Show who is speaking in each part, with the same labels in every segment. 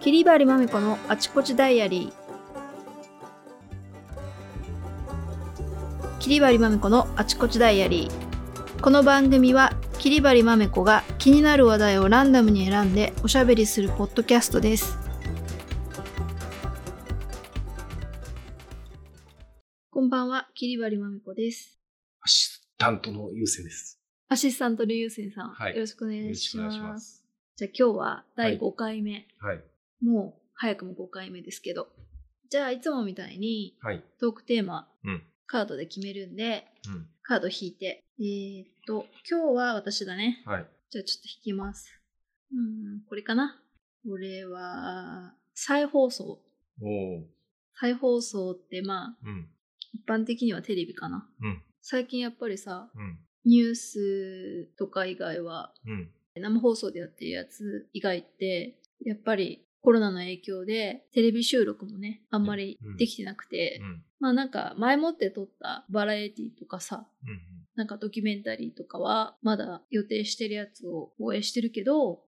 Speaker 1: キリバリマミコのあちこちダイアリーキリバリマミコのあちこちダイアリーこの番組はキリバリマミコが気になる話題をランダムに選んでおしゃべりするポッドキャストですこんばんはキリバリマミコです
Speaker 2: アシスタントの優勢です。
Speaker 1: アシスタントのゆうせんさん、
Speaker 2: はい
Speaker 1: よろしくお願
Speaker 2: よろ
Speaker 1: い
Speaker 2: し
Speaker 1: し
Speaker 2: くお願いし
Speaker 1: ま
Speaker 2: ますす。
Speaker 1: じゃあ今日は第5回目、
Speaker 2: はい。
Speaker 1: もう早くも5回目ですけど。じゃあいつもみたいに
Speaker 2: はい。
Speaker 1: トークテーマ、
Speaker 2: うん
Speaker 1: カードで決めるんで、
Speaker 2: うん。
Speaker 1: カード引いて。えー、っと、今日は私だね。
Speaker 2: はい。
Speaker 1: じゃあちょっと引きます。うん、これかな。これは、再放送。
Speaker 2: おお。
Speaker 1: 再放送ってまあ、
Speaker 2: うん。
Speaker 1: 一般的にはテレビかな。
Speaker 2: うん
Speaker 1: 最近やっぱりさ、
Speaker 2: うん。
Speaker 1: ニュースとか以外は、
Speaker 2: うん。
Speaker 1: 生放送でやってるやつ以外ってやっぱりコロナの影響でテレビ収録もねあんまりできてなくて、
Speaker 2: うん。
Speaker 1: まあなんか前もって撮ったバラエティとかさ
Speaker 2: うん。
Speaker 1: なんかドキュメンタリーとかはまだ予定してるやつを応援してるけど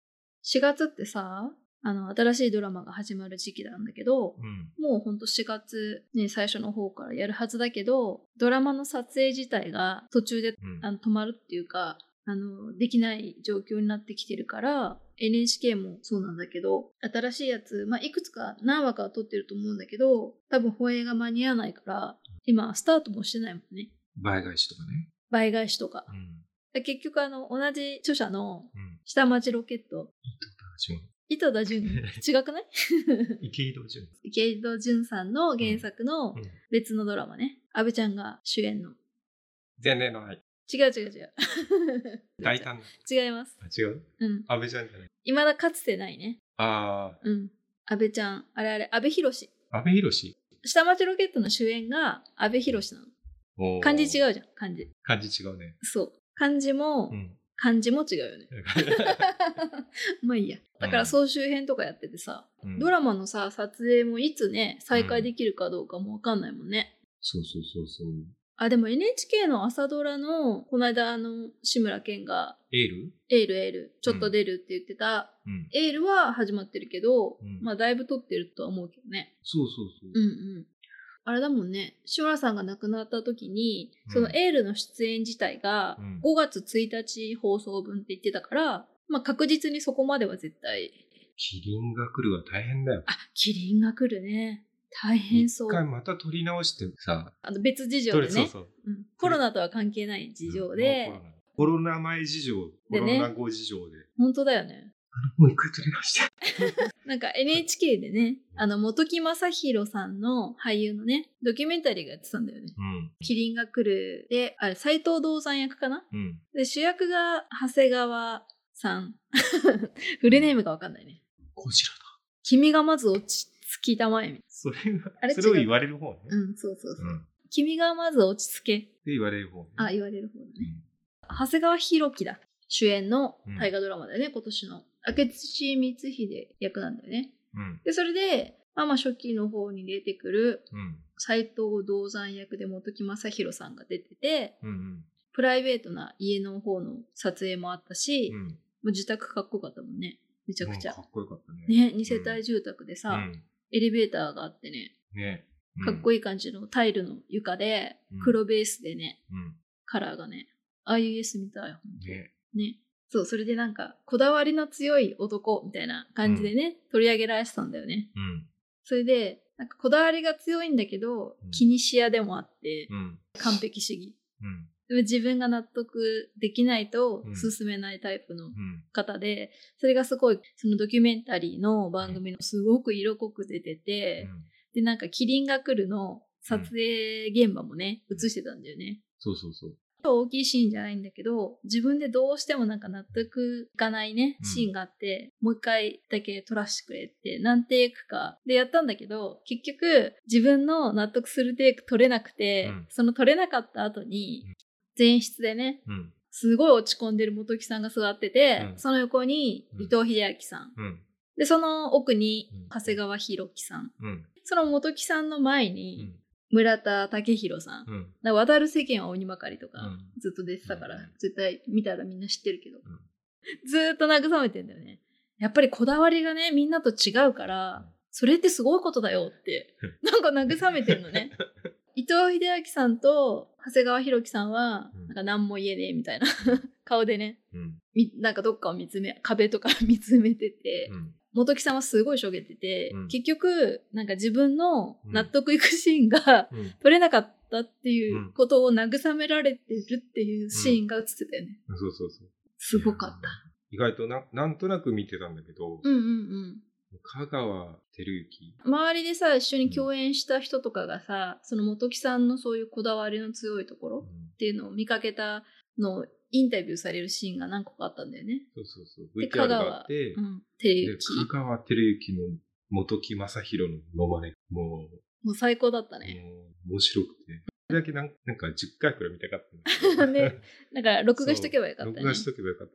Speaker 1: 4月ってさあの新しいドラマが始まる時期なんだけど、
Speaker 2: うん。
Speaker 1: もうほんと4月ね最初の方からやるはずだけどドラマの撮影自体が途中で
Speaker 2: うん。
Speaker 1: あの止まるっていうかあのできない状況になってきてるから NHK もそうなんだけど新しいやつ、まあ、いくつか何話かは撮ってると思うんだけど多分放映が間に合わないから今スタートもしてないもんね
Speaker 2: 倍返しとかね。
Speaker 1: 倍返しとか
Speaker 2: うん。
Speaker 1: 結局あの同じ著者の
Speaker 2: うん。
Speaker 1: 「下町ロケット
Speaker 2: 私も」
Speaker 1: 井戸田潤違くない
Speaker 2: 池井戸潤。
Speaker 1: 池井戸潤さんの原作の
Speaker 2: うん。
Speaker 1: 別のドラマね阿部ちゃんが主演の
Speaker 2: 前例のない。
Speaker 1: 違う違う違う
Speaker 2: 大胆な。
Speaker 1: 違います
Speaker 2: あ、違う
Speaker 1: うん
Speaker 2: 安倍ちゃんじゃない。
Speaker 1: 未だかつてないね
Speaker 2: あ
Speaker 1: うん。安倍ちゃん、あれあれ、安倍博士。
Speaker 2: あ。安倍博士。
Speaker 1: 下町ロケットの主演が安倍博士なの。
Speaker 2: おー
Speaker 1: 漢字違うじゃん、漢字。
Speaker 2: 漢字違うね。
Speaker 1: そう。漢字も、
Speaker 2: うん。
Speaker 1: 漢字も違うよ ね。まあいいや。だか
Speaker 2: う
Speaker 1: ら
Speaker 2: ん
Speaker 1: 総集編とかやっててさ、 ド
Speaker 2: マ。
Speaker 1: ラマのさ、撮影もいつね、再開できるかどうかもわかんないもんね。
Speaker 2: そうそうそうそう。
Speaker 1: あ、でも NHK の朝ドラの、この間あの、志村けんが、
Speaker 2: エール
Speaker 1: エールエール、ちょっと出るって言ってた、
Speaker 2: うん。
Speaker 1: エールは始まってるけど、
Speaker 2: うん
Speaker 1: まあだいぶ撮ってるとは思うけどね。
Speaker 2: そうそうそう
Speaker 1: うん。うん。あれだもんね、志村さんが亡くなった時に、
Speaker 2: うん
Speaker 1: そのエールの出演自体が
Speaker 2: うん
Speaker 1: 5月1日放送分って言ってたから、まあ確実にそこまでは絶対、
Speaker 2: キリンが来るは大変だよ。
Speaker 1: あ、キリンが来るね。大変そ
Speaker 2: 一回
Speaker 1: う。
Speaker 2: また撮り直してさ、
Speaker 1: あの別事情
Speaker 2: 撮
Speaker 1: で
Speaker 2: れそう
Speaker 1: ね
Speaker 2: そう。
Speaker 1: うんコロナとは関係ない事情で、
Speaker 2: うんコロナ前事情、コ
Speaker 1: で
Speaker 2: ロ
Speaker 1: ね
Speaker 2: ナ後事情で。
Speaker 1: 本当だよね。
Speaker 2: もう一回撮りました。
Speaker 1: なんか NHK でね、あの、本木正宏さんの俳優のね、ドキュメンタリーがやってたんだよね。
Speaker 2: うん。
Speaker 1: キリンが来るで、あれ、斎藤道山役かな
Speaker 2: うん。
Speaker 1: で主役が長谷川さん フルネームがわかんないね
Speaker 2: こちらだ。
Speaker 1: 「君がまず落ち着きたまえみ
Speaker 2: それが
Speaker 1: あれ
Speaker 2: それを
Speaker 1: 違う
Speaker 2: 言われる方ね」。
Speaker 1: うんそうそうそう「
Speaker 2: うん。で
Speaker 1: 君がまず落ち着け
Speaker 2: 言われる方ね」。
Speaker 1: あ言われる方だね長谷川博己だ主演の大河ドラマだよね、今年の明智光秀役なんだよね
Speaker 2: うん。
Speaker 1: でそれでまあまあ初期の方に出てくる
Speaker 2: うん。
Speaker 1: 斎藤道山役で本木雅弘さんが出てて
Speaker 2: うん。うん。
Speaker 1: プライベートな家の方の撮影もあったし、
Speaker 2: うん。め
Speaker 1: もう自宅かっこよかったもんねめちゃくちゃ、
Speaker 2: かっこよかったね。
Speaker 1: ね、2世帯住宅で
Speaker 2: う
Speaker 1: さ、
Speaker 2: ん。
Speaker 1: エレベーターがあってね、
Speaker 2: ね。
Speaker 1: かっこ
Speaker 2: いい。
Speaker 1: いい感じのタイルの床で
Speaker 2: うん、
Speaker 1: 黒ベースでね、
Speaker 2: うん。
Speaker 1: カラーがね、IUS みたい。
Speaker 2: ね。
Speaker 1: ね。そう、それでなんか、こだわりの強い男みたいな感じでね、取り上げられてたんだよね。
Speaker 2: うん。
Speaker 1: それで、なんかこだわりが強いんだけど
Speaker 2: うん、
Speaker 1: 気にしやでもあって、
Speaker 2: うん。
Speaker 1: 完璧主義。
Speaker 2: うん。
Speaker 1: でも自分が納得できないと
Speaker 2: うん
Speaker 1: 進めないタイプの
Speaker 2: うん。
Speaker 1: 方で、それがすごい、そのドキュメンタリーの番組のすごく色濃く出てて、
Speaker 2: うん
Speaker 1: で、なんか、キリンが来るの撮影現場もね、
Speaker 2: うん
Speaker 1: 映してたんだよね。
Speaker 2: そうそうそう。
Speaker 1: 大きいシーンじゃないんだけど、自分でどうしてもなんか納得いかないね、
Speaker 2: うん
Speaker 1: シーンがあって、もう一回だけ撮らせてくれって、何テイクか。で、やったんだけど、結局、自分の納得するテイク撮れなくて、
Speaker 2: うん
Speaker 1: その撮れなかった後に
Speaker 2: うん、
Speaker 1: 前室でね、
Speaker 2: うん。
Speaker 1: すごい落ち込んでる元木さんが座ってて、
Speaker 2: うん
Speaker 1: その横に伊藤英明さん。
Speaker 2: うん。
Speaker 1: で、その奥に
Speaker 2: うん
Speaker 1: 長谷川博己さん。
Speaker 2: うん。
Speaker 1: その元木さんの前に、
Speaker 2: うん。
Speaker 1: 村田武弘さん。だか
Speaker 2: うん。
Speaker 1: ら渡る世間は鬼ばかりとか、
Speaker 2: うん
Speaker 1: ずっと出てたから、
Speaker 2: うん
Speaker 1: 絶対見たらみんな知ってるけど、
Speaker 2: ん
Speaker 1: ずーっと慰めてんだよね。やっぱりこだわりがね、みんなと違うから、それってすごいことだよ って、なんか慰めてるのね。伊藤英明さんと長谷川博己さんは
Speaker 2: うん、
Speaker 1: なんか何も言えねえみたいな 顔でね、
Speaker 2: うん。
Speaker 1: みなんかどっかを見つめ、壁とか見つめてて、
Speaker 2: うん。
Speaker 1: 元木さんはすごいしょげてて、
Speaker 2: うん
Speaker 1: 結局、なんか自分の納得いくシーンが
Speaker 2: うん。
Speaker 1: 取れなかったっていううんことを慰められてるっていうシーンが映ってたよね。
Speaker 2: そうそうそう。
Speaker 1: すごかった。
Speaker 2: いやー。意外とな、なんとなく見てたんだけど、
Speaker 1: うんうんうん。
Speaker 2: 香川照之。
Speaker 1: 周りでさ一緒に共演した人とかがさ、その元木さんのそういうこだわりの強いとこ
Speaker 2: う
Speaker 1: ろ
Speaker 2: ん
Speaker 1: っていうのを見かけたのをインタビューされるシーンが何個かあったんだよね。
Speaker 2: そうそうそう。
Speaker 1: で
Speaker 2: VTR があって、
Speaker 1: うん、て
Speaker 2: で
Speaker 1: ゆき
Speaker 2: 香川照之の元木正宏のモノマネ。もう、
Speaker 1: もう最高だったね。
Speaker 2: もう面白くて。それだけなんなんか10回くらい見たかっ たんだ
Speaker 1: ねだから録画しとけばよかった
Speaker 2: 録
Speaker 1: ね
Speaker 2: 画。しとけばよかった。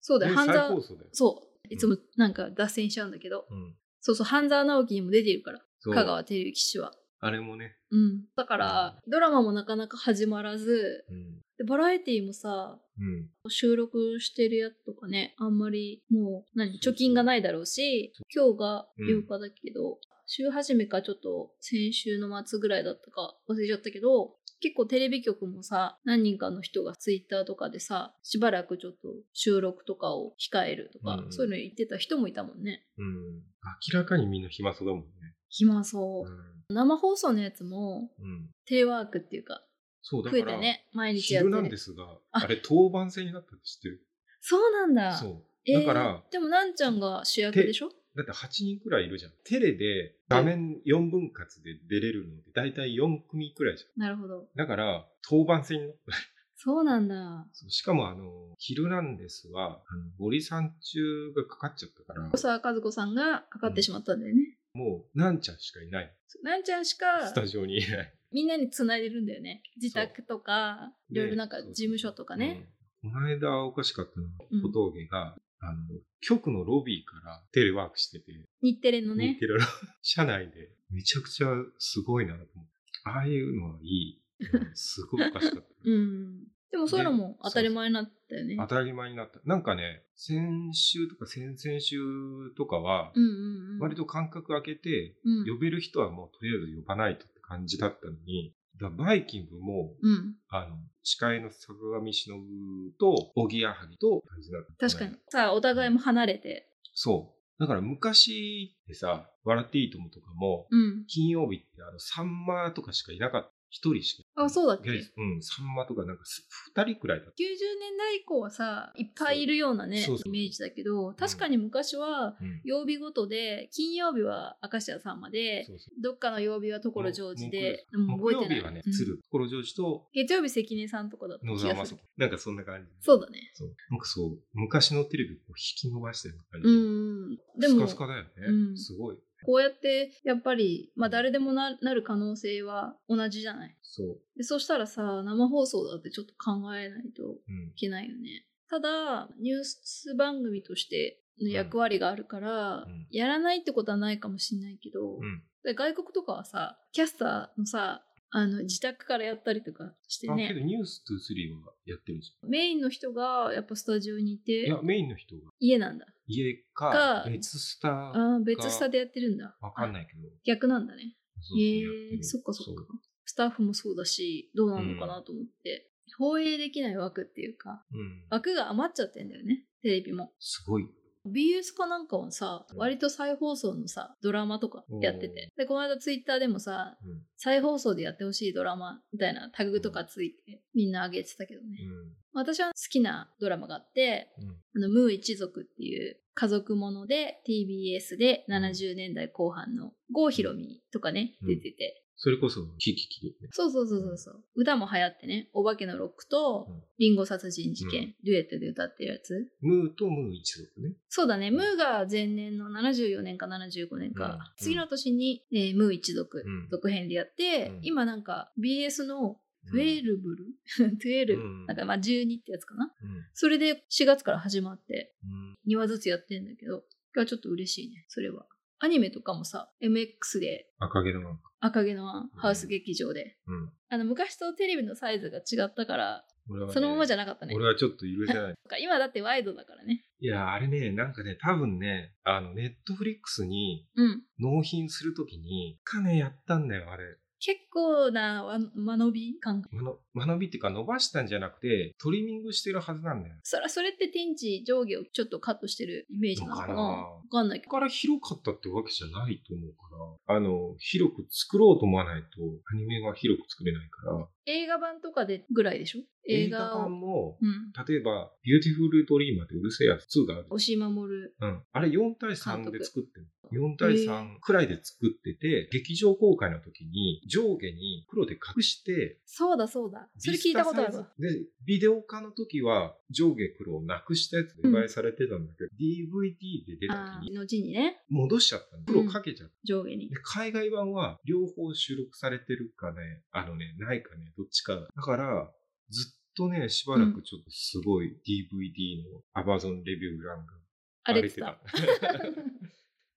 Speaker 1: そうだよ、
Speaker 2: ね
Speaker 1: 半
Speaker 2: 最
Speaker 1: 沢
Speaker 2: 高。層だよ。
Speaker 1: そう。いつもなんか脱線しちゃうんだけど、
Speaker 2: うん。
Speaker 1: そうそう、半沢直樹にも出ているから、
Speaker 2: そう
Speaker 1: 香川照之氏は。
Speaker 2: あれもね。
Speaker 1: うん。だから、ドラマもなかなか始まらず、
Speaker 2: うん。
Speaker 1: でバラエティもさ、
Speaker 2: うん。
Speaker 1: 収録してるやつとかね、あんまりもう何、
Speaker 2: そうそう
Speaker 1: 貯金がないだろうし、今日が
Speaker 2: うん
Speaker 1: 8日だけど、週始めかちょっと先週の末ぐらいだったか忘れちゃったけど、結構テレビ局もさ、何人かの人がツイッターとかでさ、しばらくちょっと収録とかを控えるとか、
Speaker 2: うんうん
Speaker 1: そういうの言ってた人もいたもんね。
Speaker 2: うん。明らかにみんな暇そうだもんね。
Speaker 1: 暇そうう。
Speaker 2: ん。
Speaker 1: 生放送のやつも
Speaker 2: うん。
Speaker 1: テレワークっていうか、
Speaker 2: そうだか
Speaker 1: 増
Speaker 2: ら。
Speaker 1: えたね。毎日やって
Speaker 2: ヒルナンデ
Speaker 1: る。
Speaker 2: スが、
Speaker 1: あ
Speaker 2: あれ、当番制になったって知ってる
Speaker 1: そうなんだ。
Speaker 2: そう。
Speaker 1: えー
Speaker 2: だから、
Speaker 1: でもなんちゃんが主役でしょ
Speaker 2: だって8人くらいいるじゃん。テレで画面4分割で出れるので、だいたい4組くらいじゃん。
Speaker 1: なるほど。
Speaker 2: だから、当番制になった。
Speaker 1: そうなんだ。
Speaker 2: そうしかも、あの、ヒルナンデスは、あの森三中がかかっちゃったから、
Speaker 1: 小沢和子さんがかかってしまったんだよね。
Speaker 2: もう、なんちゃんしかいない。
Speaker 1: なんちゃんしか
Speaker 2: スタジオにいない。
Speaker 1: みんなにつ ないでるんだよね。自宅とか、い
Speaker 2: で
Speaker 1: ろいろなんか事務所とかね。。
Speaker 2: そうそううんこの間おかしかったの
Speaker 1: うん
Speaker 2: 小峠が、あの、局のロビーからテレワークしてて、
Speaker 1: 日テレのね
Speaker 2: 日。テレの 社内で、めちゃくちゃすごいなと思って。ああいうのはいい。うんすごいおかしかった。
Speaker 1: うん。でもそういうのも当たり前になったよね。
Speaker 2: 当たり前になった。なんかね、先週とか先々週とかは
Speaker 1: う、んうんうん。
Speaker 2: 割と間隔空けて、
Speaker 1: うん、
Speaker 2: 呼べる人はもうとりあえず呼ばないとって感じだったのに、だからバイキングも、
Speaker 1: うん。
Speaker 2: あの、司会の坂上忍と、おぎやはぎと、感じだった。
Speaker 1: 確かに。。さあ、お互いも離れて。
Speaker 2: そう。だから昔ってさ、笑っていいともとかも、
Speaker 1: うん。
Speaker 2: 金曜日ってあの、サンマとかしかいなかった。一人しか。
Speaker 1: あそうだっけ
Speaker 2: いやうん、サンマとかなんかす、二人くらいだっ
Speaker 1: 90年代以降はさ、いっぱいいるようなね、
Speaker 2: そうそうそう
Speaker 1: イメージだけど、確かに昔は、
Speaker 2: た。うん。
Speaker 1: 曜日ごとで、金曜日は明石家さんまで、
Speaker 2: そうそう
Speaker 1: どっかの曜日は所ジョージで、でも
Speaker 2: 木
Speaker 1: 覚
Speaker 2: 曜
Speaker 1: えてない。
Speaker 2: 日はね、
Speaker 1: うん
Speaker 2: 鶴、所ジョージと
Speaker 1: 月曜日関根さんとかだった
Speaker 2: 野
Speaker 1: 気
Speaker 2: 沢
Speaker 1: が
Speaker 2: 雅
Speaker 1: す
Speaker 2: 子
Speaker 1: る。。
Speaker 2: なんかそんな感じ。
Speaker 1: そうだね。
Speaker 2: そう。なんかそう、昔のテレビをこう引き伸ばしたような
Speaker 1: う
Speaker 2: 感
Speaker 1: ん。
Speaker 2: じ。
Speaker 1: でも
Speaker 2: スカスカだよね。
Speaker 1: うん
Speaker 2: すごい。
Speaker 1: こうやってやっぱり、まあ、誰でもななる可能性は同じじゃない
Speaker 2: そう。
Speaker 1: でそしたらさ生放送だってちょっと考えないと
Speaker 2: うん
Speaker 1: い。けないよねただニュース番組としての役割があるから、
Speaker 2: うん
Speaker 1: やらないってことはないかもしれないけど、
Speaker 2: うん。
Speaker 1: で外国とかはさキャスターのさあの自宅からやったりとかして
Speaker 2: あ、け
Speaker 1: ね
Speaker 2: どニュース23はやってるじ
Speaker 1: メインの人がやっぱスタジオにい
Speaker 2: ゃん。い
Speaker 1: て
Speaker 2: や、メインの人が
Speaker 1: 家なんだ
Speaker 2: 家
Speaker 1: か
Speaker 2: か別スタ
Speaker 1: あ
Speaker 2: ー
Speaker 1: ー別スタでやってるんだ
Speaker 2: わかん
Speaker 1: い
Speaker 2: ないけど。
Speaker 1: 逆なんだね
Speaker 2: そうそう
Speaker 1: へ
Speaker 2: やて
Speaker 1: え
Speaker 2: る
Speaker 1: そっかそっ
Speaker 2: う
Speaker 1: か。スタッフもそうだし、どうなのかなと思って。放映できない枠っていうか、
Speaker 2: うん。
Speaker 1: 枠が余っちゃってんだよね、テレビも。
Speaker 2: すごい。
Speaker 1: BS かなんかはさ、
Speaker 2: うん
Speaker 1: 割と再放送のさ、ドラマとかやってて。で、この間ツイッターでもさ、
Speaker 2: うん。
Speaker 1: 再放送でやってほしいドラマみたいなタグとかついて、みんな上げてたけどね。私は好きなドラマがあって、
Speaker 2: うん。うん。
Speaker 1: あの、ムー一族っていう家族もので TBS で70年代後半の郷ひろみとかね、
Speaker 2: うん
Speaker 1: 出てて、
Speaker 2: それこそ、キキキリね。
Speaker 1: そうそうそうそうそう。歌も流行ってね、お化けのロックと
Speaker 2: うん、
Speaker 1: リンゴ殺人事件、
Speaker 2: うん
Speaker 1: デュエットで歌ってるやつ。
Speaker 2: ムーとムー一族ね。
Speaker 1: そうだね、ムーが前年の74年か75年か、
Speaker 2: うん
Speaker 1: 次の年に、えームー一族、
Speaker 2: うん
Speaker 1: 続編でやって、
Speaker 2: うん
Speaker 1: 今なんか BS の12ブ
Speaker 2: うん
Speaker 1: ル、12、
Speaker 2: うん
Speaker 1: なんかまあ12ってやつかな。
Speaker 2: うん。
Speaker 1: それで4月から始まって、
Speaker 2: うん
Speaker 1: 2話ずつやってんだけど、今日はちょっと嬉しいね、それは。アニメとかもさ、MX で
Speaker 2: 赤毛のマン
Speaker 1: 赤毛のアンハウス劇場で
Speaker 2: うん。
Speaker 1: あの昔とテレビのサイズが違ったから
Speaker 2: 俺はね
Speaker 1: そのままじゃなかったね。
Speaker 2: 俺はちょっと許せない。
Speaker 1: 今だってワイドだからね。
Speaker 2: いや、あれね、なんかね、多分ね、あの、ネットフリックスに
Speaker 1: うん。
Speaker 2: 納品するときに、金やったんだよ、あれ。
Speaker 1: 結構なわ間延び感が。
Speaker 2: まの間延びっていうか、伸ばしたんじゃなくて、トリミングしてるはずなんだよ。
Speaker 1: そらそれって天地上下をちょっとカットしてるイメージなのかな
Speaker 2: のかな
Speaker 1: わかんないけど。
Speaker 2: だから広かったってわけじゃないと思うから、あの、広く作ろうと思わないと、アニメが広く作れないから、
Speaker 1: 映画版とかでぐらいでしょ映画を。
Speaker 2: 版も、
Speaker 1: うん。
Speaker 2: 例えば、ビューティフルドリーマーってうるせえやつ2がある。
Speaker 1: 押し守る。
Speaker 2: うん。あれ4対
Speaker 1: 監
Speaker 2: 3
Speaker 1: 督
Speaker 2: で作ってる。4対3くらいで作ってて、劇場公開の時に上下に黒で隠して、
Speaker 1: そうだそうだ。それ聞いたことあるわ。
Speaker 2: で、ビデオ化の時は上下黒をなくしたやつで売買されてたんだけど、DVD で出た
Speaker 1: あ
Speaker 2: 時
Speaker 1: ー
Speaker 2: に
Speaker 1: 後にね、
Speaker 2: 戻しちゃったの。黒かけちゃった。
Speaker 1: 上下に
Speaker 2: で。海外版は両方収録されてるかね、あのね、ないかね、どっちか。だから、ずっとね、しばらくちょっとすごい DVD の Amazon レビュー欄が
Speaker 1: 荒れてた。。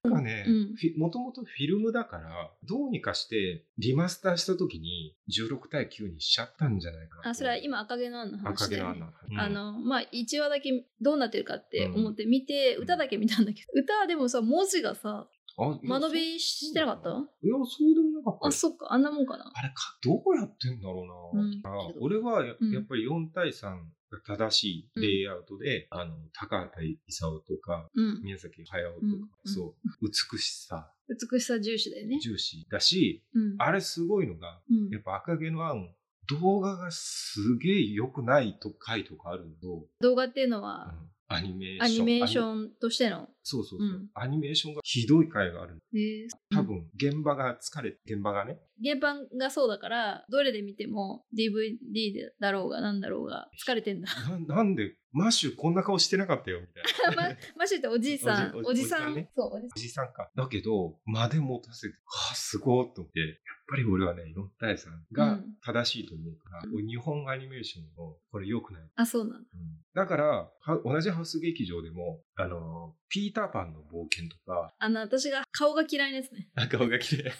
Speaker 2: なんかね
Speaker 1: うん、
Speaker 2: もともとフィルムだから、どうにかしてリマスターした時に16対9にしちゃったんじゃないかな。
Speaker 1: あ、それは、今赤毛のアンの
Speaker 2: 赤
Speaker 1: 話
Speaker 2: 毛
Speaker 1: だよ
Speaker 2: の
Speaker 1: ね。
Speaker 2: な。
Speaker 1: あのまあ、1話だけどうなってるかって思って見て、
Speaker 2: うん
Speaker 1: 歌だけ見たんだけど歌はでもさ文字がさ
Speaker 2: うん、
Speaker 1: 間延びしてなかった
Speaker 2: いや、そうでもなか
Speaker 1: あ
Speaker 2: ったよ。
Speaker 1: そっかあんなもんかな
Speaker 2: あれか、どうやってんだろうな。
Speaker 1: うん
Speaker 2: あ俺はや
Speaker 1: うん
Speaker 2: やっぱり4対3が正しいレイアウトで、あの、高畑勲とか、
Speaker 1: うん
Speaker 2: 宮崎駿と
Speaker 1: う
Speaker 2: か、
Speaker 1: ん
Speaker 2: そう、美しさ
Speaker 1: 美しさ重視だよね、
Speaker 2: 重視だし、
Speaker 1: うん
Speaker 2: あれすごいのが、
Speaker 1: うん
Speaker 2: やっぱ赤毛のアン、動画がすげえ良くないと回とかあるのと、
Speaker 1: 動画っていうの
Speaker 2: う
Speaker 1: は、
Speaker 2: んアニメーション。
Speaker 1: アニメーシ
Speaker 2: アニ
Speaker 1: ョンとしての、
Speaker 2: そうそうそう、
Speaker 1: うん
Speaker 2: アニメーションがひどい回がある。
Speaker 1: えー
Speaker 2: 多分、現場が疲れて、現場がね、
Speaker 1: 原版がそうだからどれで見ても DVD だろうがなんだろうが疲れてんだ
Speaker 2: ななんで、マッシュこんな顔してなかったよ、みたいな。
Speaker 1: まマシっておじいさん
Speaker 2: お
Speaker 1: お
Speaker 2: じ
Speaker 1: じさ
Speaker 2: おじさ
Speaker 1: ん
Speaker 2: んね
Speaker 1: そうおじさん
Speaker 2: おじさんか。だけど、間で持たせて、はあ、すごーっと思って、やっぱり俺はね、4対3が正しいと思うから、
Speaker 1: うん
Speaker 2: これ日本アニメーションの、これ良くない。
Speaker 1: あそうなんだ
Speaker 2: うんだから、は同じハウス劇場でも、あの、ピーターパンの冒険とか、
Speaker 1: あの私が顔が嫌いなやつね
Speaker 2: 顔 が綺麗。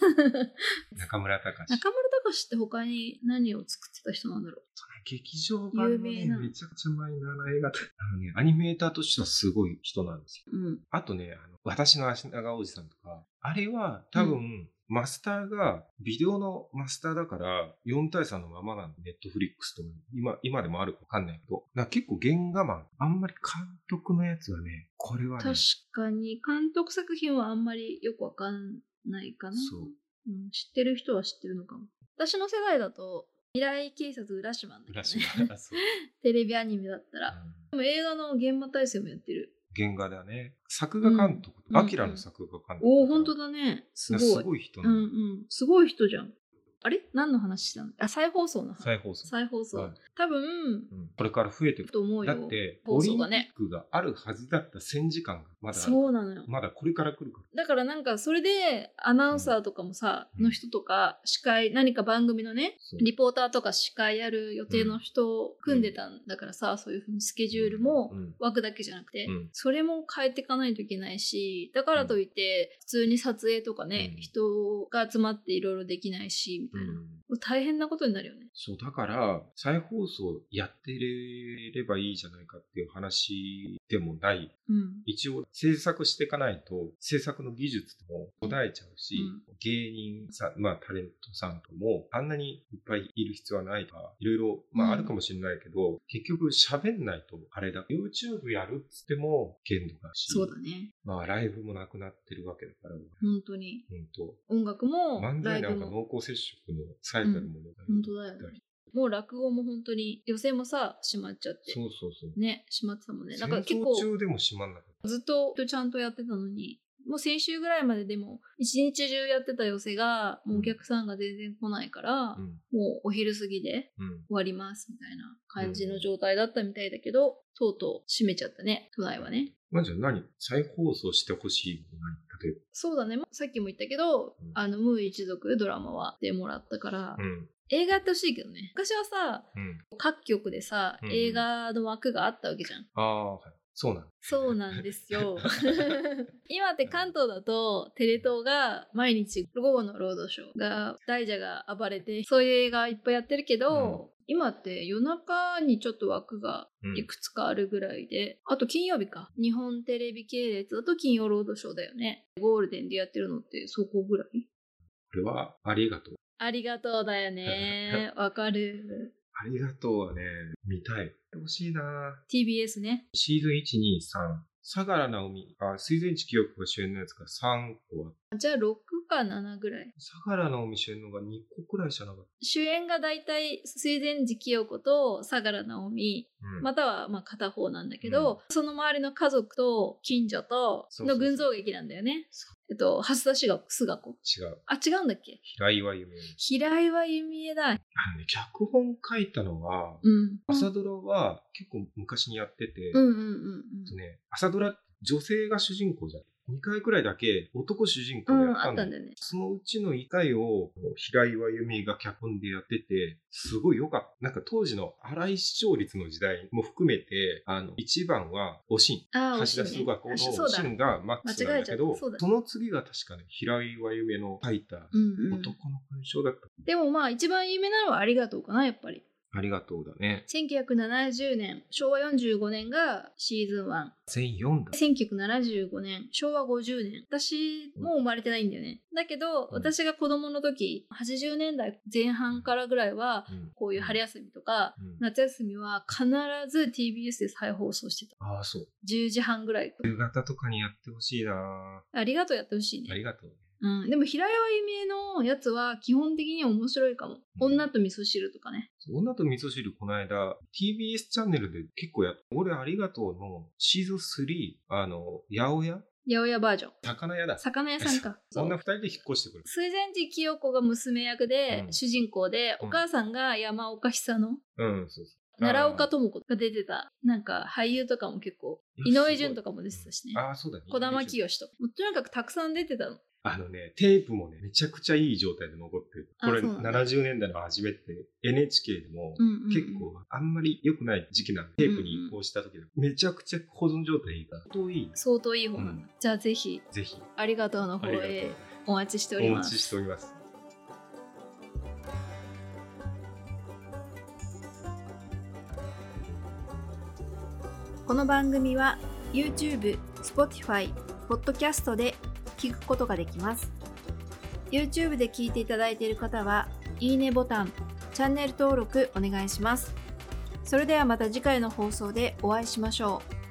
Speaker 2: 中村隆史。
Speaker 1: 中村隆って他に何を作ってた人なんだろう
Speaker 2: 劇場版の
Speaker 1: 有
Speaker 2: ね
Speaker 1: 名な、
Speaker 2: めちゃくちゃマイナーな映画だあのね、アニメーターとしてはすごい人なんですよ。
Speaker 1: うん
Speaker 2: あとね、あの私の足長おじさんとか、あれは多分、マスターが、ビデオのマスターだから、4対3のままなんで、ネットフリックスとか、今、今でもあるかわかんないけど、だから結構原画マン、あんまり監督のやつはね、これはね
Speaker 1: 確、かに監督作品はあんまりよくわかんないかな
Speaker 2: そう
Speaker 1: うん、知ってる人は知ってるのかも私の世代だと未来警察浦島なんだけ
Speaker 2: 浦
Speaker 1: ど
Speaker 2: 島
Speaker 1: ね
Speaker 2: あそう
Speaker 1: テレビアニメだったらで
Speaker 2: うん
Speaker 1: も映画の現場体制もやってる
Speaker 2: 原画だね。作画監督
Speaker 1: う、ん
Speaker 2: アキラの作画監督。
Speaker 1: おお本当
Speaker 2: だか
Speaker 1: だねす
Speaker 2: ら。
Speaker 1: ごい
Speaker 2: すごい人
Speaker 1: う
Speaker 2: なんの。
Speaker 1: うんすごい人じゃんあれ何の話したのあ再放送の話
Speaker 2: 再放送。
Speaker 1: 再放送、
Speaker 2: はい
Speaker 1: 多分
Speaker 2: うんこれから増えていく。
Speaker 1: と思う
Speaker 2: だ
Speaker 1: よ
Speaker 2: って、
Speaker 1: 放
Speaker 2: オリ
Speaker 1: 送
Speaker 2: ンピ
Speaker 1: がね
Speaker 2: ックがあるはずだった戦時間がまだある
Speaker 1: そうなのよ
Speaker 2: まだこれから来るから。
Speaker 1: だからなんかそれでアナウンサーとかもさ、
Speaker 2: うん
Speaker 1: の人とか司会何か番組のね
Speaker 2: そう
Speaker 1: リポーターとか司会やる予定の人を組んでたんだからさ、そういうふうにスケジュールも
Speaker 2: うん
Speaker 1: 枠だけじゃなくて、
Speaker 2: うん
Speaker 1: それも変えていかないといけないしだからといって普通に撮影とかね、
Speaker 2: うん
Speaker 1: 人が集まっていろいろできないしみたいな、
Speaker 2: うん
Speaker 1: 大変なことになるよね。
Speaker 2: そう、だから、再放送やってれればいいじゃないかっていう話でもない。
Speaker 1: うん
Speaker 2: 一応、制作していかないと、制作の技術も途絶えちゃうし、
Speaker 1: う
Speaker 2: 芸人さん、まあタレントさんとも、あんなにいっぱいいる必要はないか、いろいろ、ま
Speaker 1: うん
Speaker 2: ああるかもしれないけど、結局喋んないとあれだ。YouTube やるっつっても限度だし、
Speaker 1: そうだね
Speaker 2: まあライブもなくなってるわけだから、
Speaker 1: 本当に
Speaker 2: 本当
Speaker 1: 音楽も
Speaker 2: 漫
Speaker 1: ラ
Speaker 2: 才
Speaker 1: イ
Speaker 2: なん
Speaker 1: ブ
Speaker 2: か
Speaker 1: も
Speaker 2: 濃厚接触のサイタルもね、
Speaker 1: 本当だよねもう落語も本当に予選もさ閉まっちゃって
Speaker 2: そうそうそう。
Speaker 1: ね閉まってたもんね
Speaker 2: 戦
Speaker 1: なんか結構
Speaker 2: 争中でも閉まんなかった。
Speaker 1: ずっとちゃんとやってたのに、もう先週ぐらいまででも、一日中やってた寄せが、もうお客さんが全然来ないから、
Speaker 2: うん。
Speaker 1: もうお昼過ぎで
Speaker 2: うん。
Speaker 1: 終わりますみたいな感じの状態だったみたいだけど、とうとう閉めちゃったね、都内はね。
Speaker 2: まあじゃあ何再放送してほしいもの何例え
Speaker 1: そうだね、さっきも言ったけど、
Speaker 2: うん
Speaker 1: あの、ムー一族ドラマはでもらったから、
Speaker 2: ば。うん。
Speaker 1: 映画やってほしいけどね。昔はさ、
Speaker 2: うん。
Speaker 1: 各局でさ、
Speaker 2: うん
Speaker 1: 映画の枠があったわけじゃん。
Speaker 2: ああ、はい。そうなの。
Speaker 1: そうなんです よ。今って関東だとテレ東が毎日午後のロードショーが大蛇が暴れてそういう映画いっぱいやってるけど、今って夜中にちょっと枠が
Speaker 2: うん
Speaker 1: いくつかあるぐらいで、あと金曜日か。日本テレビ系列だと金曜ロードショーだよね。ゴールデンでやってるのってそこぐらい
Speaker 2: これは、ありがとう。
Speaker 1: ありがとうだよね。 わかる。
Speaker 2: ありがとうはね、見たい。やってほしいな
Speaker 1: TBS ね。
Speaker 2: シーズン1、2、3。相良直美、あ、水前地記憶が主演のやつが3個あって、
Speaker 1: じゃあ6か7ぐらい。
Speaker 2: 相良直美主演のが2個くらいじゃなかった。
Speaker 1: 主演がだいたい水前寺清子と相良直美、
Speaker 2: うん。
Speaker 1: またはまあ片方なんだけど、その周りの家族と近所と
Speaker 2: そう
Speaker 1: の
Speaker 2: そうそう
Speaker 1: 群像劇なんだよね。えっと、蓮田志賀子、菅子。
Speaker 2: 違う。
Speaker 1: あ、違うんだっけ
Speaker 2: 平岩夢。
Speaker 1: 平岩弓江だ。
Speaker 2: あのね、脚本書いたのは、
Speaker 1: うん。
Speaker 2: 朝ドラは結構昔にやってて、
Speaker 1: うんうんうん
Speaker 2: えっとね、朝ドラって女性が主人公じゃん。2回くらいだけ男主人
Speaker 1: う
Speaker 2: 公で
Speaker 1: ん。う
Speaker 2: や
Speaker 1: ん、あ
Speaker 2: った
Speaker 1: っ
Speaker 2: ん
Speaker 1: た
Speaker 2: だ
Speaker 1: ん
Speaker 2: よ
Speaker 1: だよね。
Speaker 2: そのうちの1回を平岩由美が脚本でやってて、すごい良かった。なんか当時の荒井視聴率の時代も含めて、あの、一番はおしん。
Speaker 1: ああ、惜
Speaker 2: 橋田
Speaker 1: しいね
Speaker 2: 壽賀子の
Speaker 1: あそ
Speaker 2: お
Speaker 1: うだ
Speaker 2: し。んがマックスなんだけ
Speaker 1: 間違えちゃ
Speaker 2: ど、
Speaker 1: ったそうだ
Speaker 2: その次が確かね、平岩由美の書いた
Speaker 1: うんうん、
Speaker 2: 男の勲章だった。
Speaker 1: でもまあ一番有名なのは「ありがとう」かなやっぱり
Speaker 2: ありがとうだね。
Speaker 1: 1970年昭和45年がシーズン1
Speaker 2: 1004だ。
Speaker 1: 1975年昭和50年私もう生まれてないんだよねだけど
Speaker 2: うん
Speaker 1: 私が子供の時80年代前半からぐらいは
Speaker 2: ん
Speaker 1: こういう春休みとか
Speaker 2: うん
Speaker 1: 夏休みは必ず TBS で再放送してた
Speaker 2: ああ、そう。
Speaker 1: 10時半ぐらい
Speaker 2: 夕方とかにやってほしいな
Speaker 1: ありがとうやってほしい
Speaker 2: あ
Speaker 1: ね
Speaker 2: りがとう。
Speaker 1: うん、でも平岩由美のやつは基本的に面白いかも
Speaker 2: うん
Speaker 1: 女と味噌汁とかね
Speaker 2: 女と味噌汁この間 TBS チャンネルで結構やった俺ありがとうのシーズン3あの八百屋
Speaker 1: 八百屋バージョン
Speaker 2: 魚屋だ
Speaker 1: 魚屋さんか
Speaker 2: そんな
Speaker 1: そう
Speaker 2: 二人で引っ越してくる
Speaker 1: 水前寺清子が娘役で、
Speaker 2: うん
Speaker 1: 主人公で、
Speaker 2: うん
Speaker 1: お母さんが山岡久乃
Speaker 2: うんそうそう
Speaker 1: 奈良岡智子が出てたなんか俳優とかも結構井上潤と
Speaker 2: か
Speaker 1: かも出てたしね
Speaker 2: ああそうだね
Speaker 1: 児玉
Speaker 2: 清
Speaker 1: 清ともうとにかくたくさん出てたの
Speaker 2: あのねテープもねめちゃくちゃいい状態で残ってる
Speaker 1: あ
Speaker 2: これ
Speaker 1: そうなんだ
Speaker 2: 70年代の初めて NHK でも、
Speaker 1: うんうんうん
Speaker 2: 結構あんまり良くない時期なのテープに移行した時だ、めちゃくちゃ保存状態いいから相当いい
Speaker 1: 相当いい方なんだ、
Speaker 2: うん
Speaker 1: じゃあぜひ
Speaker 2: ぜひ
Speaker 1: ありがとうの
Speaker 2: あ
Speaker 1: 方
Speaker 2: りがと
Speaker 1: へお待ちしてお
Speaker 2: う
Speaker 1: り
Speaker 2: お
Speaker 1: ま
Speaker 2: 待ち
Speaker 1: す
Speaker 2: しております
Speaker 1: この番組は YouTube、Spotify、Podcast で聞くことができます。YouTube で聞いていただいている方は、いいねボタン、チャンネル登録お願いします。それではまた次回の放送でお会いしましょう。